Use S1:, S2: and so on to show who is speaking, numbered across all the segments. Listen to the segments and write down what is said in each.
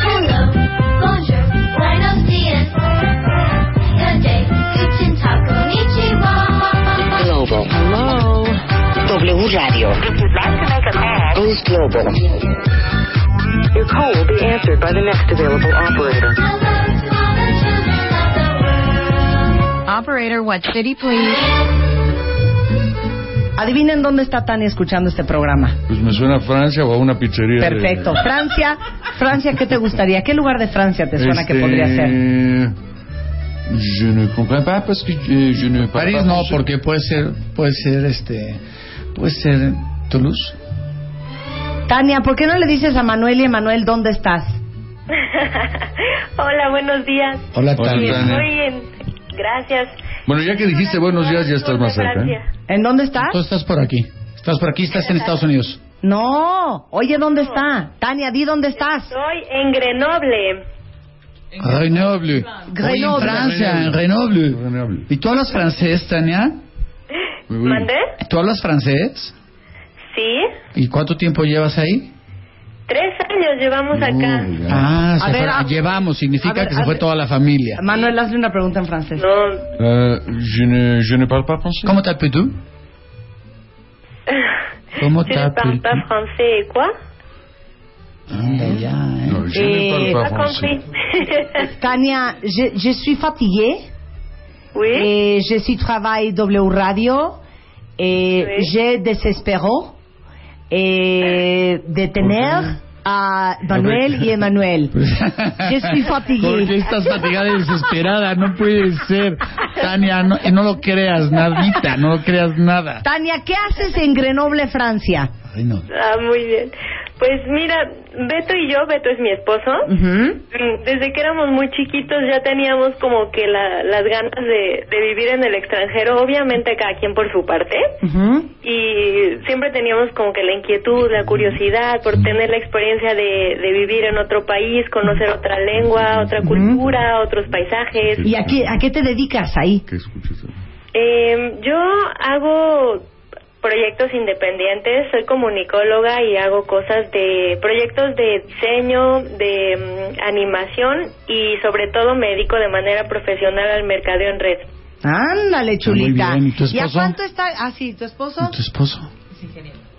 S1: Hello, bonjour, buenos días. Good day, kitchen talk, konnichiwa.
S2: Global. Hello. W Radio.
S3: If you'd like to make a call,
S2: Boost Global.
S3: your call will be answered by the next available operator.
S1: Hello to all the children of the world.
S4: Operator, what city, please?
S5: Adivinen dónde está Tania escuchando este programa.
S6: Pues me suena a Francia o a una pizzería. de-
S5: Perfecto. Francia, Francia, ¿qué te gustaría? ¿Qué lugar de Francia te suena que
S6: Este,
S5: podría ser?
S6: Je ne comprends pas parce que eh, je ne parle
S7: París
S6: pas
S7: no,
S6: français.
S7: porque puede ser, puede ser este, puede ser Toulouse.
S5: Tania, ¿por qué no le dices a Manuel y Emanuel dónde estás?
S8: Hola, buenos días.
S7: Hola,
S6: Hola,
S7: Tania.
S6: Tania.
S8: Estoy en. Gracias.
S6: Bueno, ya que dijiste buenos días, ya estás más cerca. ¿eh?
S8: Gracias.
S5: ¿En dónde estás?
S7: Tú estás por aquí. Estás por aquí, estás en Estados Unidos.
S5: No. Oye, ¿dónde está? Tania, di dónde estás.
S8: Soy en Grenoble.
S7: Grenoble. Hoy en
S5: Grenoble.
S7: Francia, en Grenoble.
S6: Grenoble.
S7: ¿Y tú hablas francés, Tania?
S6: Muy bien.
S8: ¿Mandé?
S7: ¿Tú hablas francés?
S8: Sí.
S7: ¿Y cuánto tiempo llevas ahí?
S8: Tres años llevamos acá.
S6: Uy, ya.
S7: Ah, se
S5: A ver,
S7: fue-
S5: a-
S7: llevamos, significa
S5: a ver,
S7: que se
S5: a
S7: fue
S5: ver.
S7: toda la familia.
S5: Manuel, hazle una pregunta en francés.
S8: No.
S6: Eh, je, ne, je ne parle pas français.
S7: ¿Cómo te apellidas tú? ¿Cómo
S8: Je ne parle
S7: t'appelles-tu?
S8: pas français, quoi?
S7: Anda ya, ¿eh?
S6: No, je ne parle
S8: Pas
S6: pas français.
S8: compris.
S5: Tania, je, je suis fatiguée.
S8: oui.
S5: Eh, je suis travail W Radio. Eh,
S8: Oui.
S5: Je desespero eh, de tener a Manuel y Emanuel. Yo estoy fatigué.
S7: Porque estás fatigada y desesperada, no puede ser. Tania, no, eh, no lo creas, nadita, no lo creas nada.
S5: Tania, ¿qué haces en Grenoble, Francia?
S7: Ay, no.
S8: Ah, muy bien. Pues mira, Beto y yo, Beto es mi esposo.
S5: Ujú.
S8: Mm, Desde que éramos muy chiquitos ya teníamos como que la- las ganas de, de vivir en el extranjero, obviamente cada quien por su parte,
S5: Ujú.
S8: y siempre teníamos como que la inquietud, la curiosidad por tener la experiencia de, de vivir en otro país, conocer otra lengua, otra cultura, otros paisajes.
S5: ¿Y a qué, a qué te dedicas ahí?
S6: ¿Qué escuchas?
S8: Eh, yo hago proyectos independientes, soy comunicóloga y hago cosas de proyectos de diseño, de mm, animación y sobre todo me dedico de manera profesional al mercadeo en red.
S5: Ándale, chulita.
S7: bien. ¿Y tu
S5: a
S7: esposo?
S5: cuánto está? Ah, sí, ¿tu esposo?
S7: ¿Tu esposo?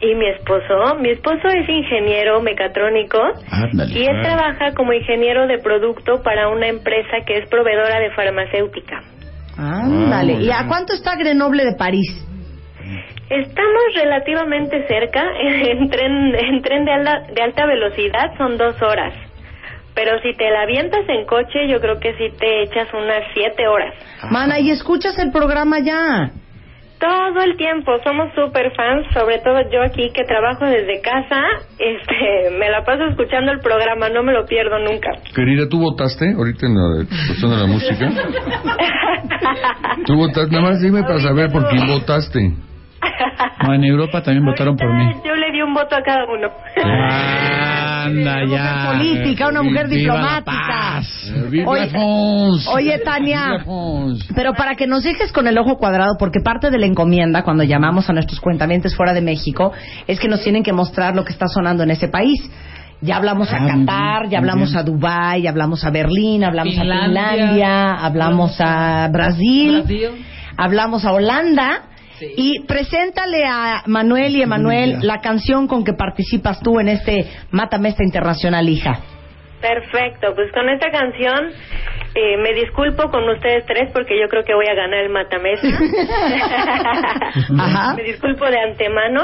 S8: Y mi esposo, mi esposo es ingeniero mecatrónico
S7: Ándale.
S8: y él trabaja como ingeniero de producto para una empresa que es proveedora de farmacéutica.
S5: Ándale. ¿Y
S7: Ah.
S5: a cuánto está Grenoble de París?
S8: Estamos relativamente cerca, en tren, en tren de, alta, de alta velocidad son dos horas, pero si te la avientas en coche yo creo que sí te echas unas siete horas.
S5: Mana,
S7: Ah.
S5: ¿y escuchas el programa ya?
S8: Todo el tiempo, somos super fans, sobre todo yo aquí que trabajo desde casa, este, me la paso escuchando el programa, no me lo pierdo nunca.
S6: Querida, ¿tú votaste ahorita en la cuestión de la música? ¿Tú votaste? Nada más dime para saber por quién votaste.
S7: No, en Europa también votaron por mí.
S8: Ahorita Yo le di un voto a cada uno.
S7: Anda ya.
S5: Una mujer política, una mujer
S7: Ah, Viva
S5: diplomática.
S7: La paz.
S6: Eh, viva
S5: Oye-
S7: Viva France.
S5: Oye, Tania.
S7: Viva France.
S5: Pero para que nos dejes con el ojo cuadrado, porque parte de la encomienda cuando llamamos a nuestros cuentamientos fuera de México es que nos tienen que mostrar lo que está sonando en ese país. Ya hablamos a
S7: Ah, muy bien,
S5: Qatar, ya
S7: muy
S5: hablamos
S7: bien.
S5: a Dubái, ya hablamos a Berlín, hablamos a
S4: Finlandia.
S5: Finlandia, hablamos a Brasil, hablamos a Holanda. Y preséntale a Manuel y Emanuel
S7: Maravilla.
S5: la canción con que participas tú en este Mátame esta internacional, hija.
S8: Perfecto, pues con esta canción eh, me disculpo con ustedes tres porque yo creo que voy a ganar el matamesa.
S5: Ajá.
S8: Me disculpo de antemano.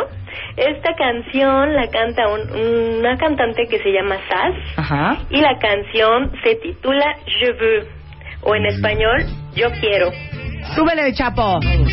S8: Esta canción la canta un- una cantante que se llama Saz
S5: Ajá.
S8: y la canción se titula Je veux o
S7: Mm.
S8: en español Yo quiero.
S5: Súbele, Chapo.
S1: Hello.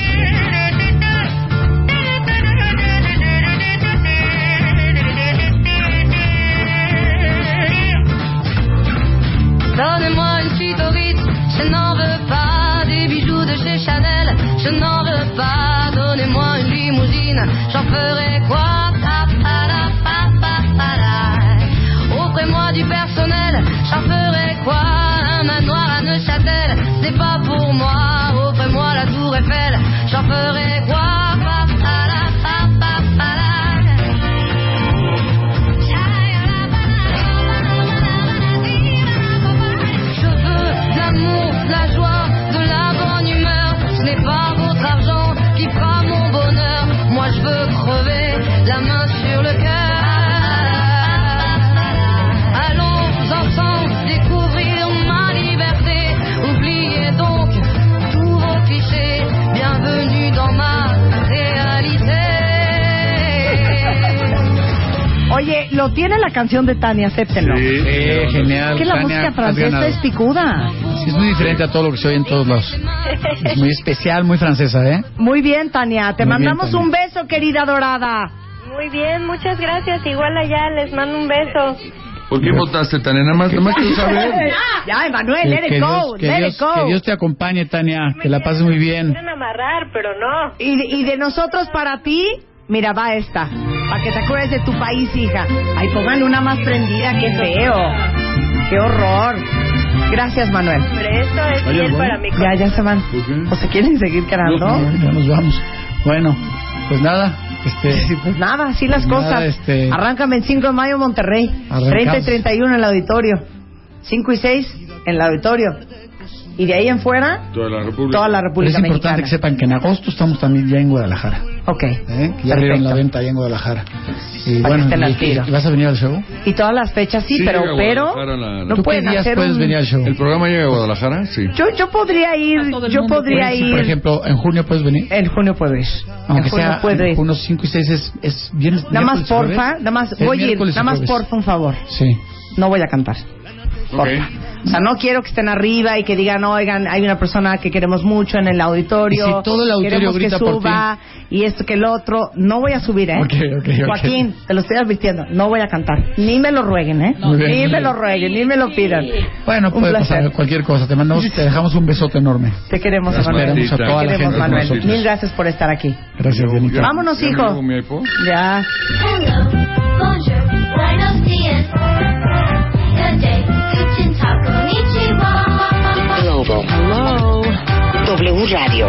S1: ça ferait quoi Un manoir à Neuchâtel, c'est pas pour moi. Offrez-moi la tour Eiffel, j'en ferai quoi Pa, pa, la, pa, pa, pa, la. Je veux de l'amour, de la joie, de la bonne humeur. Ce n'est pas votre argent qui fera mon bonheur. Moi je veux crever la main sur le cœur. Allons ensemble découvrir ma liberté. Oubliez donc tous vos clichés. Bienvenue dans ma réalité.
S5: Oye, lo tiene la canción de Tania, acéptenlo.
S7: Sí, Eh, genial.
S5: Es que la
S7: Tania,
S5: música
S7: has
S5: francesa
S7: ganado.
S5: es picuda.
S7: Sí, es muy diferente a todo lo que se oye en todos lados. Es muy especial, muy francesa, ¿eh?
S5: Muy bien, Tania. Te
S7: Muy bien,
S5: mandamos
S7: Tania.
S5: un beso, querida dorada.
S8: Muy bien, muchas gracias. Igual allá les mando un beso.
S6: ¿Por qué votaste, Tania? Nada más, nada más quiero saber.
S5: Ya, Emanuel,
S7: Que-
S5: let
S7: que
S5: it go,
S7: Dios- que
S5: let
S7: Dios-
S5: it go.
S7: Que Dios te acompañe, Tania. Que la pases muy bien.
S8: Quieren amarrar, pero no.
S5: Y, y de nosotros para ti, mira, va esta. Para que te acuerdes de tu país, hija. Ay, pongan una más prendida, qué feo. Qué horror. Gracias, Manuel.
S8: Hombre, esto es
S7: Oye,
S8: bien
S7: bueno.
S8: para mi corazón.
S5: Ya, ya se van. ¿O se quieren seguir quedando?
S7: Ya nos vamos. Bueno, pues nada. Este,
S5: Pues nada, así las
S7: Nada,
S5: cosas.
S7: este-
S5: Arráncame el 5 de mayo en Monterrey.
S7: Arrancamos.
S5: 30 y 31 en el auditorio. 5 y 6 en el auditorio. Y de ahí en fuera,
S6: Toda la República.
S5: toda la
S7: pero es
S5: República Mexicana.
S7: importante que sepan que en agosto estamos también ya en Guadalajara.
S5: Ok.
S7: ¿eh? Que ya abrieron
S5: Perfecto.
S7: la venta ahí en Guadalajara. Y
S5: Para que estén
S7: y-
S5: al tiro.
S7: y- ¿vas a venir al show?
S5: Y todas las fechas sí,
S6: Sí,
S5: pero
S6: llega a
S5: pero
S6: Guadalajara la-
S5: no
S7: ¿Tú qué
S5: pueden
S7: días
S5: hacer
S7: puedes
S5: un-
S7: venir al show?
S6: ¿El programa llega a Guadalajara? Sí.
S5: Yo yo podría ir, yo podría
S7: Sí,
S5: ir.
S7: Por ejemplo, en junio puedes venir.
S5: En junio puedo ir. en
S7: Aunque
S5: junio
S7: sea
S5: puedo ir.
S7: unos 5 y 6 es, es viernes.
S5: Nada más
S7: miércoles y jueves.
S5: porfa, nada más
S7: Es
S5: voy a ir,
S7: miércoles y
S5: nada más
S7: jueves.
S5: porfa un favor.
S7: Sí.
S5: No voy a cantar.
S6: Ok.
S5: O sea, no quiero que estén arriba y que digan, oigan, hay una persona que queremos mucho en el auditorio.
S7: Y si todo el auditorio
S5: queremos
S7: grita
S5: que
S7: por
S5: suba y esto que el otro. No voy a subir, ¿eh?
S7: Ok, ok, ok.
S5: Joaquín, te lo estoy advirtiendo, no voy a cantar. Ni me lo rueguen, ¿eh?
S7: Muy bien,
S5: ni
S7: muy
S5: me
S7: bien.
S5: lo rueguen, ni me lo pidan.
S7: Bueno,
S5: Un
S7: puede
S5: placer.
S7: pasar cualquier cosa. Te mandamos, te dejamos un besote enorme.
S5: Te queremos,
S6: Gracias,
S5: Manuel.
S7: Esperemos a
S6: Martita.
S7: toda
S5: Te
S7: la
S6: Queremos,
S5: queremos,
S7: gente. con
S5: Manuel.
S7: nosotros.
S5: Mil gracias por estar aquí.
S7: Gracias, Dianita.
S5: Vámonos,
S6: ¿Ya
S5: hijo.
S6: llegó mi iPod?
S5: Ya.
S1: Hello, bonjour, buenos dias. Good day, Kuchinta, konnichiwa.
S2: Global. Hello. W Radio.